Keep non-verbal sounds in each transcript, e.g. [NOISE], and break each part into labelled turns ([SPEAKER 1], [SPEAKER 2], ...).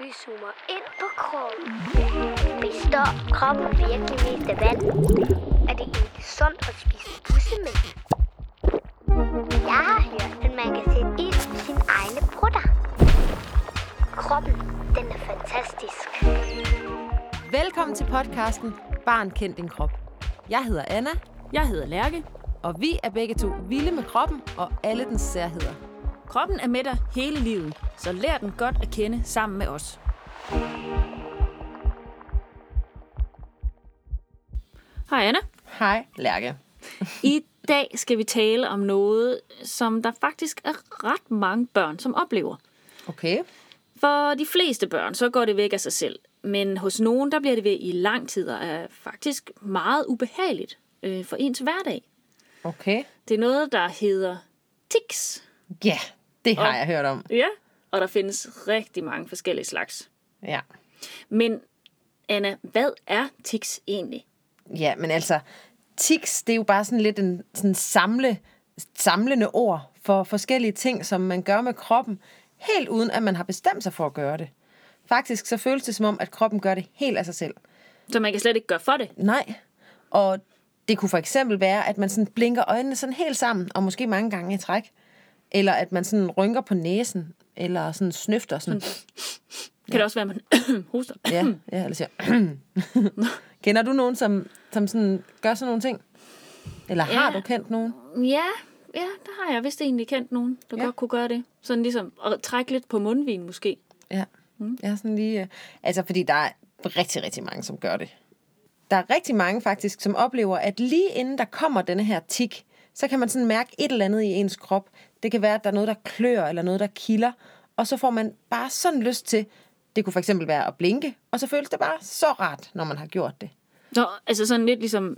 [SPEAKER 1] Vi zoomer ind på kroppen. Består kroppen virkelig mest af vand? Er det ikke sundt at spise bussemænd? Jeg har hørt, at man kan sætte ild i sin egne brutter. Kroppen, den er fantastisk.
[SPEAKER 2] Velkommen til podcasten Barn kendt din krop. Jeg hedder Anna,
[SPEAKER 3] Jeg hedder Lærke.
[SPEAKER 2] og vi er begge to vilde med kroppen og alle dens særheder.
[SPEAKER 3] Kroppen er med dig hele livet, så lær den godt at kende sammen med os. Hej Anna.
[SPEAKER 2] Hej, Lærke.
[SPEAKER 3] I dag skal vi tale om noget, som der faktisk er ret mange børn, som oplever.
[SPEAKER 2] Okay.
[SPEAKER 3] For de fleste børn, så går det væk af sig selv. Men hos nogen, der bliver det ved i lang tid og er faktisk meget ubehageligt øh, for ens hverdag.
[SPEAKER 4] Okay.
[SPEAKER 3] Det er noget, der hedder tics.
[SPEAKER 4] Ja, det har jeg hørt om.
[SPEAKER 3] Ja, og der findes rigtig mange forskellige slags.
[SPEAKER 4] Ja.
[SPEAKER 3] Men Anna, hvad er tics egentlig?
[SPEAKER 4] ja, men altså, tics, det er jo bare sådan lidt en sådan samle, samlende ord for forskellige ting, som man gør med kroppen, helt uden at man har bestemt sig for at gøre det. Faktisk så føles det som om, at kroppen gør det helt af sig selv.
[SPEAKER 3] Så man kan slet ikke gøre for det.
[SPEAKER 4] Nej. Og det kunne for eksempel være, at man sådan blinker øjnene sådan helt sammen, og måske mange gange i træk. Eller at man sådan rynker på næsen, eller sådan snøfter sådan.
[SPEAKER 3] Kan det også være, at man [COUGHS] hoster?
[SPEAKER 4] Ja, ja eller siger. [CLEARS THROAT] Kender du nogen, som, som sådan, gør sådan nogle ting? Eller har
[SPEAKER 3] Ja.
[SPEAKER 4] du kendt nogen?
[SPEAKER 3] Ja, ja, der har jeg vist egentlig kendt nogen, der ja.
[SPEAKER 4] Ja.
[SPEAKER 3] godt kunne gøre det. Sådan ligesom at trække lidt på mundvin måske.
[SPEAKER 4] Ja. Jeg er sådan lige... øh, Altså, fordi der er rigtig, rigtig mange, som gør det. Der er rigtig mange faktisk, som oplever, at lige inden der kommer denne her tik, så kan man sådan mærke et eller andet i ens krop. Det kan være, at der er noget, der klør, eller noget, der kilder. Og så får man bare sådan lyst til, det kunne for eksempel være at blinke, og så føles det bare så rart, når man har gjort det.
[SPEAKER 3] Nå, altså sådan lidt ligesom,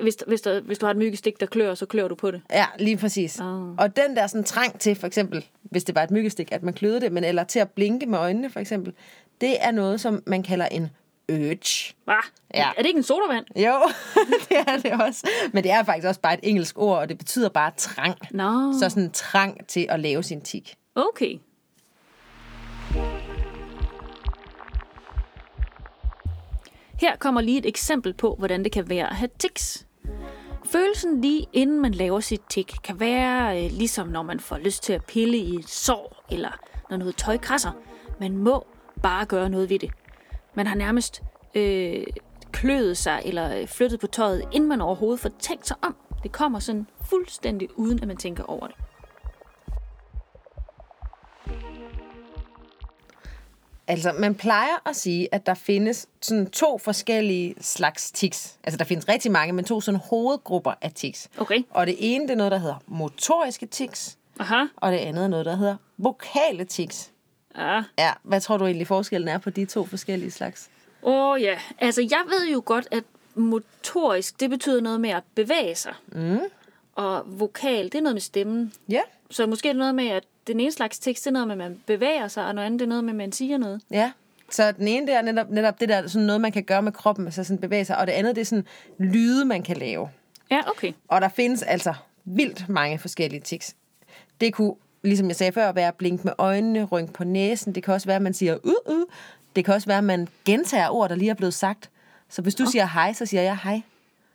[SPEAKER 3] hvis, hvis, der, hvis du har et myggestik, der klør, så klør du på det.
[SPEAKER 4] Ja, lige præcis.
[SPEAKER 3] Ah.
[SPEAKER 4] Oh. Og den der sådan trang til, for eksempel, hvis det var et myggestik, at man kløede det, men eller til at blinke med øjnene, for eksempel, det er noget, som man kalder en urge.
[SPEAKER 3] Hva?
[SPEAKER 4] Ja.
[SPEAKER 3] Er det ikke en sodavand?
[SPEAKER 4] Jo, [LAUGHS] det er det også. Men det er faktisk også bare et engelsk ord, og det betyder bare trang.
[SPEAKER 3] Nå,
[SPEAKER 4] Så sådan trang til at lave sin tik.
[SPEAKER 3] okay. Her kommer lige et eksempel på, hvordan det kan være at have tics. Følelsen lige inden man laver sit tik kan være øh, ligesom når man får lyst til at pille i et sår eller når noget tøj krasser. Man må bare gøre noget ved det. Man har nærmest øh, kløet sig eller øh, flyttet på tøjet, inden man overhovedet får tænkt sig om. Det kommer sådan fuldstændig uden at man tænker over det.
[SPEAKER 4] Altså, man plejer at sige, at der findes sådan to forskellige slags tics. Altså, der findes rigtig mange, men to sådan hovedgrupper af tics.
[SPEAKER 3] Okay.
[SPEAKER 4] Og det ene, det er noget, der hedder motoriske tics,
[SPEAKER 3] Aha.
[SPEAKER 4] og det andet er noget, der hedder vokale tics.
[SPEAKER 3] Ja.
[SPEAKER 4] Ja, hvad tror du egentlig forskellen er på de to forskellige slags?
[SPEAKER 3] Åh oh, ja, altså jeg ved jo godt, at motorisk, det betyder noget med at bevæge sig. Mm. Og vokal, det er noget med stemmen.
[SPEAKER 4] Ja.
[SPEAKER 3] Så måske er det noget med, at den ene slags tekst, det er noget med, at man bevæger sig, og noget andet, det er noget med, at man siger noget.
[SPEAKER 4] Ja. Så den ene der er netop, netop det der sådan noget, man kan gøre med kroppen, altså sådan bevæge sig, og det andet det er sådan lyde, man kan lave.
[SPEAKER 3] Ja, okay.
[SPEAKER 4] Og der findes altså vildt mange forskellige tics. Det kunne, ligesom jeg sagde før, være at blinke med øjnene, rynke på næsen. Det kan også være, at man siger uh, uh. Det kan også være, at man gentager ord, der lige er blevet sagt. Så hvis du siger hej, så siger jeg hej.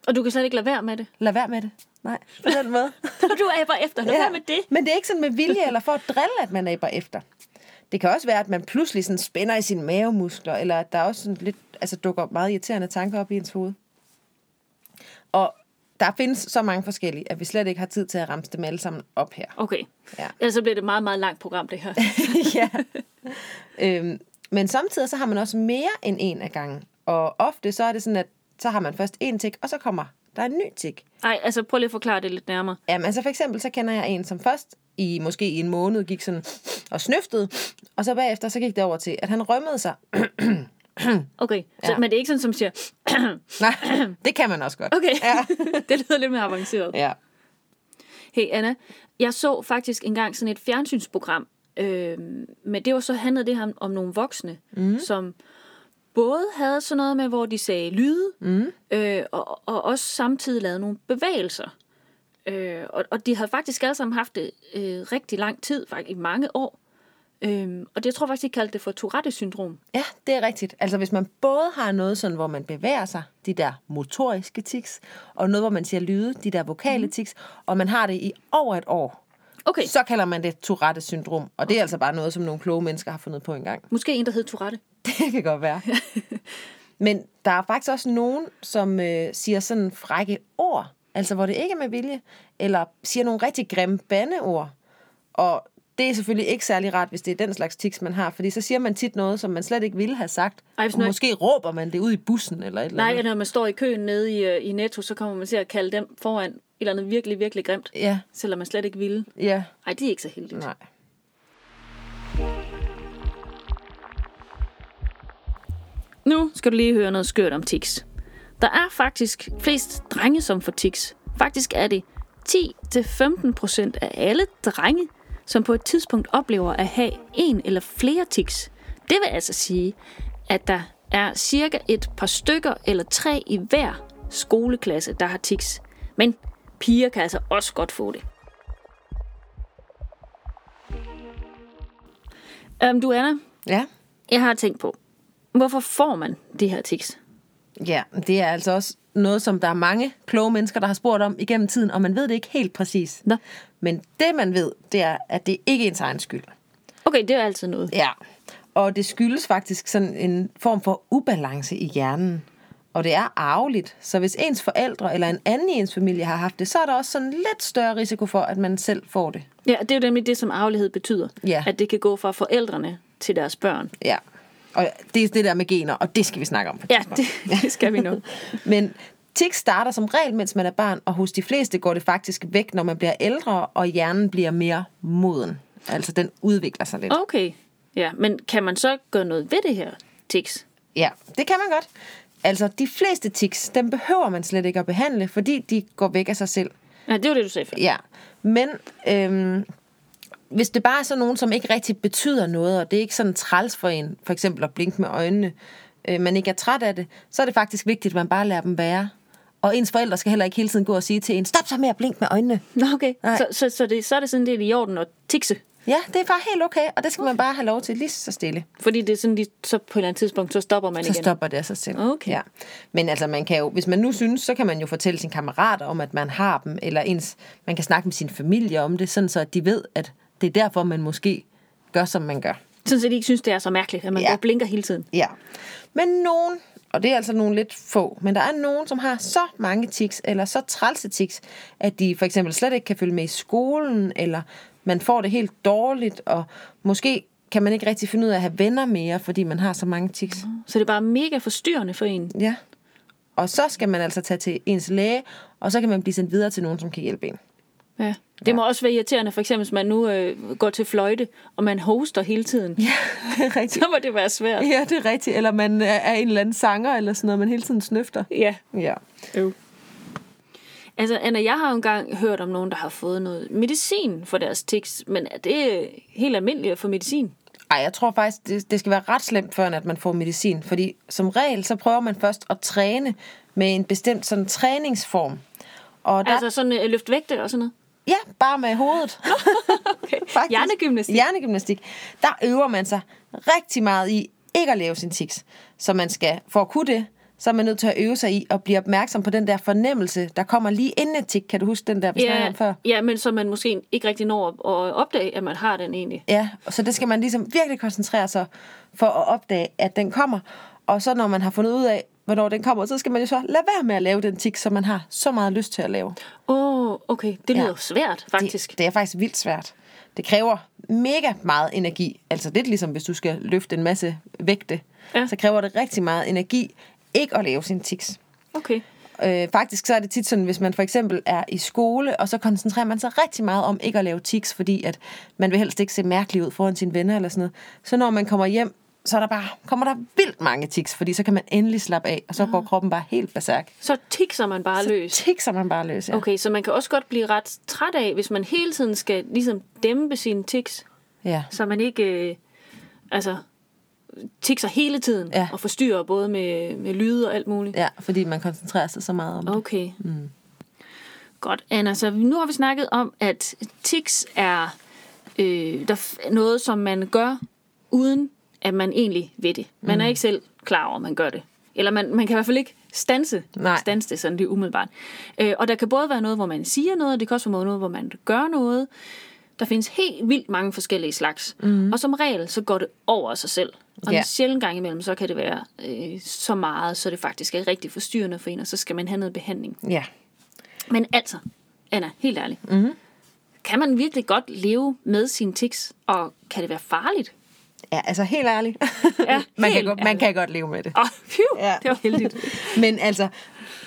[SPEAKER 3] Og du kan slet ikke lade være med det.
[SPEAKER 4] Lad være med det. Nej, på den måde.
[SPEAKER 3] [LAUGHS] Du er bare efter, lad ja. være med det.
[SPEAKER 4] Men det er ikke sådan med vilje eller for at drille, at man æber efter. Det kan også være, at man pludselig sådan spænder i sine mavemuskler, eller at der også sådan lidt, altså dukker meget irriterende tanker op i ens hoved. Og der findes så mange forskellige, at vi slet ikke har tid til at ramse dem alle sammen op her.
[SPEAKER 3] [LAUGHS] Okay.
[SPEAKER 4] Ja.
[SPEAKER 3] Ellers så bliver det et meget, meget langt program, [LAUGHS] det her.
[SPEAKER 4] ja. øhm, men samtidig så har man også mere end en af gangen. Og ofte så er det sådan, at så har man først en tik, og så kommer der en ny tik.
[SPEAKER 3] Nej, altså prøv lige at forklare det lidt nærmere.
[SPEAKER 4] Jamen, altså for eksempel, så kender jeg en, som først i måske i en måned gik sådan og snøftede, og så bagefter, så gik det over til, at han rømmede sig.
[SPEAKER 3] Okay, så,
[SPEAKER 4] Ja.
[SPEAKER 3] men det er ikke sådan, som siger, [CLEARS THROAT]
[SPEAKER 4] Nej, det kan man også godt.
[SPEAKER 3] okay,
[SPEAKER 4] Ja.
[SPEAKER 3] [LAUGHS] det lyder lidt mere avanceret.
[SPEAKER 4] ja.
[SPEAKER 3] Hey Anna, jeg så faktisk engang sådan et fjernsynsprogram, øh, men det var så handlede det her om nogle voksne, mm. som både havde sådan noget med, hvor de sagde lyde, mm. øh, og, og også samtidig lavede nogle bevægelser. Øh, og, og de havde faktisk alle sammen haft det øh, rigtig lang tid, faktisk i mange år. Øhm, og det, jeg tror faktisk, de kaldte det for Tourette-syndrom.
[SPEAKER 4] Ja, det er rigtigt. Altså hvis man både har noget, sådan, hvor man bevæger sig, de der motoriske tics, og noget, hvor man siger lyde, de der vokale tics, og man har det i over et år,
[SPEAKER 3] Mhm. Okay, så.
[SPEAKER 4] så kalder man det Tourette-syndrom. Og det er altså bare noget, som nogle kloge mennesker har fundet på engang.
[SPEAKER 3] måske en, der hed Tourette.
[SPEAKER 4] [LAUGHS] Det kan godt være. Men der er faktisk også nogen, som øh, siger sådan frække ord, altså hvor det ikke er med vilje, eller siger nogle rigtig grimme bandeord. Og det er selvfølgelig ikke særlig rart, hvis det er den slags tics, man har, fordi så siger man tit noget, som man slet ikke ville have sagt.
[SPEAKER 3] Ej,
[SPEAKER 4] Ej,
[SPEAKER 3] hvis
[SPEAKER 4] og
[SPEAKER 3] man-
[SPEAKER 4] måske råber man det ud i bussen eller et eller
[SPEAKER 3] Nej,
[SPEAKER 4] andet.
[SPEAKER 3] når man står i køen nede i, øh, i Netto, så kommer man til at kalde dem foran et eller andet virkelig, virkelig grimt.
[SPEAKER 4] Ja,
[SPEAKER 3] Selvom man slet ikke ville.
[SPEAKER 4] ja,
[SPEAKER 3] Nej, det er ikke så heldigt.
[SPEAKER 4] nej.
[SPEAKER 3] Nu skal du lige høre noget skørt om tics. Der er faktisk flest drenge, som får tics. Faktisk er det 10-15% af alle drenge, som på et tidspunkt oplever at have en eller flere tics. Det vil altså sige, at der er cirka et par stykker eller tre i hver skoleklasse, der har tics. Men piger kan altså også godt få det. Um, du, Anna,
[SPEAKER 4] Ja.
[SPEAKER 3] jeg har tænkt på, hvorfor får man de her tics?
[SPEAKER 4] Ja, det er altså også noget, som der er mange kloge mennesker, der har spurgt om igennem tiden, og man ved det ikke helt præcis.
[SPEAKER 3] Nå.
[SPEAKER 4] Men det, man ved, det er, at det ikke er ens egen skyld.
[SPEAKER 3] Okay, det er altid noget.
[SPEAKER 4] Ja, og det skyldes faktisk sådan en form for ubalance i hjernen. Og det er arveligt, så hvis ens forældre eller en anden i ens familie har haft det, så er der også sådan lidt større risiko for, at man selv får det.
[SPEAKER 3] Ja, det er jo nemlig det, som arvelighed betyder.
[SPEAKER 4] Ja.
[SPEAKER 3] At det kan gå fra forældrene til deres børn.
[SPEAKER 4] Ja, og det er det der med gener, og det skal vi snakke om. på et
[SPEAKER 3] Ja, [LAUGHS]
[SPEAKER 4] tidspunkt.
[SPEAKER 3] det, det skal vi nå.
[SPEAKER 4] Men tics starter som regel, mens man er barn, og hos de fleste går det faktisk væk, når man bliver ældre, og hjernen bliver mere moden. Altså, den udvikler sig lidt.
[SPEAKER 3] Okay, ja, men kan man så gøre noget ved det her tics?
[SPEAKER 4] Ja, det kan man godt. Altså, de fleste tics, dem behøver man slet ikke at behandle, fordi de går væk af sig selv.
[SPEAKER 3] Ja, det var det, du sagde før.
[SPEAKER 4] Ja, men øhm, hvis det bare er sådan nogen, som ikke rigtig betyder noget, og det er ikke sådan træls for en, for eksempel at blinke med øjnene, øh, man ikke er træt af det, så er det faktisk vigtigt, at man bare lader dem være. Og ens forældre skal heller ikke hele tiden gå og sige til en, stop så med at blinke med øjnene.
[SPEAKER 3] Nå, okay.
[SPEAKER 4] Nej.
[SPEAKER 3] Så, så, så, det, så er det sådan lidt i orden at tikse.
[SPEAKER 4] Ja, det er bare helt okay, og det skal man bare have lov til lige så stille.
[SPEAKER 3] Fordi det er sådan, lige, så på et eller andet tidspunkt, så stopper man
[SPEAKER 4] Så
[SPEAKER 3] igen.
[SPEAKER 4] stopper det af sig selv.
[SPEAKER 3] Okay.
[SPEAKER 4] Ja. Men altså, man kan jo, hvis man nu synes, så kan man jo fortælle sine kammerater om, at man har dem, eller ens, man kan snakke med sin familie om det, sådan så at de ved, at det er derfor, man måske gør, som man gør.
[SPEAKER 3] Sådan, så de ikke synes, det er så mærkeligt, at man
[SPEAKER 4] Ja.
[SPEAKER 3] ja. går og blinker hele tiden.
[SPEAKER 4] Ja. Men nogen, og det er altså nogle lidt få, men der er nogen, som har så mange tics, eller så trælse tics, at de for eksempel slet ikke kan følge med i skolen, eller man får det helt dårligt, og måske kan man ikke rigtig finde ud af at have venner mere, fordi man har så mange tics.
[SPEAKER 3] Så det er bare mega forstyrrende for en.
[SPEAKER 4] Ja. Og så skal man altså tage til ens læge, og så kan man blive sendt videre til nogen, som kan hjælpe en.
[SPEAKER 3] Ja. Det må også være irriterende, for eksempel, hvis man nu øh, går til fløjte, og man hoster hele tiden. [LAUGHS]
[SPEAKER 4] Ja, det er rigtigt. [LAUGHS]
[SPEAKER 3] Så må det være svært.
[SPEAKER 4] Ja, det er rigtigt. Eller man er en eller anden sanger, eller sådan noget, man hele tiden snøfter.
[SPEAKER 3] Ja.
[SPEAKER 4] Ja.
[SPEAKER 3] Øv. Altså, Anna, jeg har jo engang hørt om nogen, der har fået noget medicin for deres tics, men er det øh, helt almindeligt at få medicin?
[SPEAKER 4] Ej, jeg tror faktisk, det, det skal være ret slemt, før at man får medicin. Fordi som regel, så prøver man først at træne med en bestemt sådan træningsform. Og der,
[SPEAKER 3] Der...
[SPEAKER 4] altså,
[SPEAKER 3] Altså sådan øh, løft vægte og sådan noget?
[SPEAKER 4] ja, bare med hovedet.
[SPEAKER 3] Okay.
[SPEAKER 4] [LAUGHS] Faktisk.
[SPEAKER 3] Hjernegymnastik?
[SPEAKER 4] Hjernegymnastik. Der øver man sig rigtig meget i ikke at lave sin tics. Så man skal, for at kunne det, så er man nødt til at øve sig i at blive opmærksom på den der fornemmelse, der kommer lige inden et tik. Kan du huske den der, vi snakkede
[SPEAKER 3] Ja,
[SPEAKER 4] om før?
[SPEAKER 3] ja, men så man måske ikke rigtig når at, at opdage, at man har den egentlig.
[SPEAKER 4] Ja, og så det skal man ligesom virkelig koncentrere sig for at opdage, at den kommer. Og så når man har fundet ud af, hvornår den kommer, så skal man jo så lade være med at lave den tik, som man har så meget lyst til at lave.
[SPEAKER 3] Åh, oh, okay. Det lyder
[SPEAKER 4] Ja.
[SPEAKER 3] svært, faktisk.
[SPEAKER 4] Det, det er faktisk vildt svært. Det kræver mega meget energi. Altså lidt ligesom hvis du skal løfte en masse vægte,
[SPEAKER 3] Ja.
[SPEAKER 4] ja. så kræver det rigtig meget energi ikke at lave sin tics.
[SPEAKER 3] Okay.
[SPEAKER 4] Øh, faktisk så er det tit sådan, hvis man for eksempel er i skole, og så koncentrerer man sig rigtig meget om ikke at lave tics, fordi at man vil helst ikke se mærkelig ud foran sine venner eller sådan noget. Så når man kommer hjem, så er der bare, kommer der vildt mange tics, fordi så kan man endelig slappe af, og så går kroppen bare helt berserk.
[SPEAKER 3] Så tikser man bare så Ah. løs.
[SPEAKER 4] Ticser man bare løs, ja.
[SPEAKER 3] Okay, så man kan også godt blive ret træt af, hvis man hele tiden skal ligesom dæmpe sine tics,
[SPEAKER 4] ja.
[SPEAKER 3] så man ikke øh, altså, tikser hele tiden
[SPEAKER 4] Ja.
[SPEAKER 3] og forstyrrer både med, med lyde og alt muligt.
[SPEAKER 4] Ja, fordi man koncentrerer sig så meget om det.
[SPEAKER 3] Okay. Mm. Godt, Anna. Så nu har vi snakket om, at tics er øh, der f- noget, som man gør, uden at man egentlig ved det. Man mm. er ikke selv klar over, at man gør det. Eller man, man kan i hvert fald ikke stanse,
[SPEAKER 4] Nej.
[SPEAKER 3] stanse det sådan lige umiddelbart. Øh, og der kan både være noget, hvor man siger noget, og det kan også være noget, hvor man gør noget. Der findes helt vildt mange forskellige slags. Mm. Og som regel, så går det over af sig selv. Og
[SPEAKER 4] Ja.
[SPEAKER 3] en sjældent gang imellem, så kan det være øh, så meget, så det faktisk er rigtig forstyrrende for en, og så skal man have noget behandling.
[SPEAKER 4] Ja.
[SPEAKER 3] Men altså, Anna, helt ærligt. Mm-hmm. Kan man virkelig godt leve med sine tics, og kan det være farligt?
[SPEAKER 4] Ja, altså helt ærligt.
[SPEAKER 3] Ja,
[SPEAKER 4] [LAUGHS] man, kan
[SPEAKER 3] helt
[SPEAKER 4] godt, man
[SPEAKER 3] ærligt.
[SPEAKER 4] kan godt leve med det.
[SPEAKER 3] Åh, oh, phew,
[SPEAKER 4] Ja.
[SPEAKER 3] ja. det var heldigt.
[SPEAKER 4] [LAUGHS] Men altså,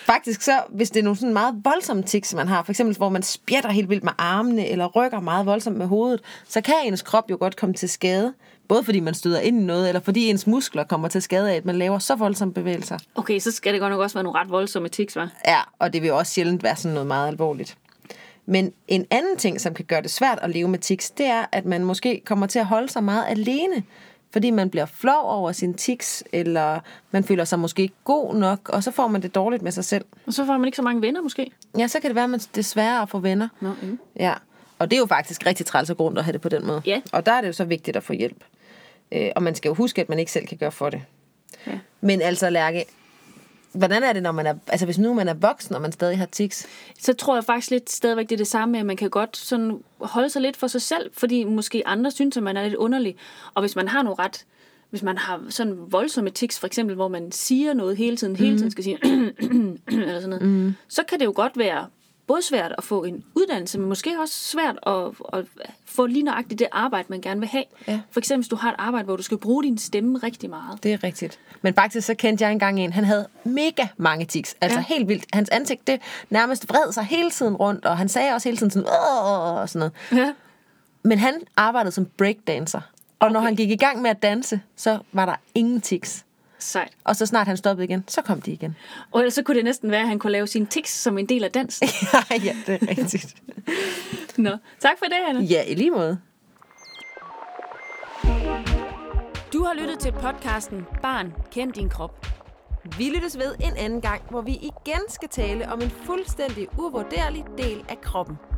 [SPEAKER 4] faktisk så, hvis det er nogle sådan meget voldsomme tics, man har, for eksempel hvor man spjætter helt vildt med armene, eller rykker meget voldsomt med hovedet, så kan ens krop jo godt komme til skade. Både fordi man støder ind i noget, eller fordi ens muskler kommer til skade af, at man laver så voldsomme bevægelser.
[SPEAKER 3] Okay, så skal det godt nok også være nogle ret voldsomme tics, hva'?
[SPEAKER 4] Ja, og det vil også sjældent være sådan noget meget alvorligt. Men en anden ting, som kan gøre det svært at leve med tics, det er, at man måske kommer til at holde sig meget alene, fordi man bliver flov over sin tics, eller man føler sig måske ikke god nok, og så får man det dårligt med sig selv.
[SPEAKER 3] Og så får man ikke så mange venner, måske.
[SPEAKER 4] Ja, så kan det være, at man desværre får venner.
[SPEAKER 3] Nå, mm.
[SPEAKER 4] Ja, og det er jo faktisk rigtig træls og grund at have det på den måde.
[SPEAKER 3] Ja.
[SPEAKER 4] Og der er det jo så vigtigt at få hjælp. Øh, og man skal jo huske, at man ikke selv kan gøre for det.
[SPEAKER 3] Ja.
[SPEAKER 4] Men altså, Lærke, hvordan er det, når man er, altså hvis nu man er voksen, og man stadig har tics?
[SPEAKER 3] Så tror jeg faktisk lidt stadigvæk, det er det samme med, at man kan godt sådan holde sig lidt for sig selv, fordi måske andre synes, at man er lidt underlig. Og hvis man har nogle ret, hvis man har sådan voldsomme tics, for eksempel, hvor man siger noget hele tiden, hele tiden skal sige, [CLEARS THROAT] eller sådan noget, mm. så kan det jo godt være både svært at få en uddannelse, men måske også svært at, at få lige nøjagtigt det arbejde, man gerne vil have.
[SPEAKER 4] Ja.
[SPEAKER 3] For eksempel, hvis du har et arbejde, hvor du skal bruge din stemme rigtig meget.
[SPEAKER 4] Det er rigtigt. Men faktisk så kendte jeg engang en, han havde mega mange tics. Altså ja.
[SPEAKER 3] Ja.
[SPEAKER 4] helt vildt. Hans ansigt, det nærmest vred sig hele tiden rundt, og han sagde også hele tiden sådan, "Åh", og sådan noget.
[SPEAKER 3] Ja.
[SPEAKER 4] Men han arbejdede som breakdancer. Og okay. når han gik i gang med at danse, så var der ingen tics.
[SPEAKER 3] Sejt.
[SPEAKER 4] Og så snart han stoppede igen, så kom de igen.
[SPEAKER 3] Og ellers så kunne det næsten være, at han kunne lave sine tics som en del af
[SPEAKER 4] [LAUGHS]
[SPEAKER 3] dansen.
[SPEAKER 4] [LAUGHS] ja, det er rigtigt.
[SPEAKER 3] Nå, tak for det, Anna.
[SPEAKER 4] Ja, i lige måde.
[SPEAKER 3] Du har lyttet til podcasten Barn, kend din krop.
[SPEAKER 4] Vi lyttes ved en anden gang, hvor vi igen skal tale om en fuldstændig uvurderlig del af kroppen.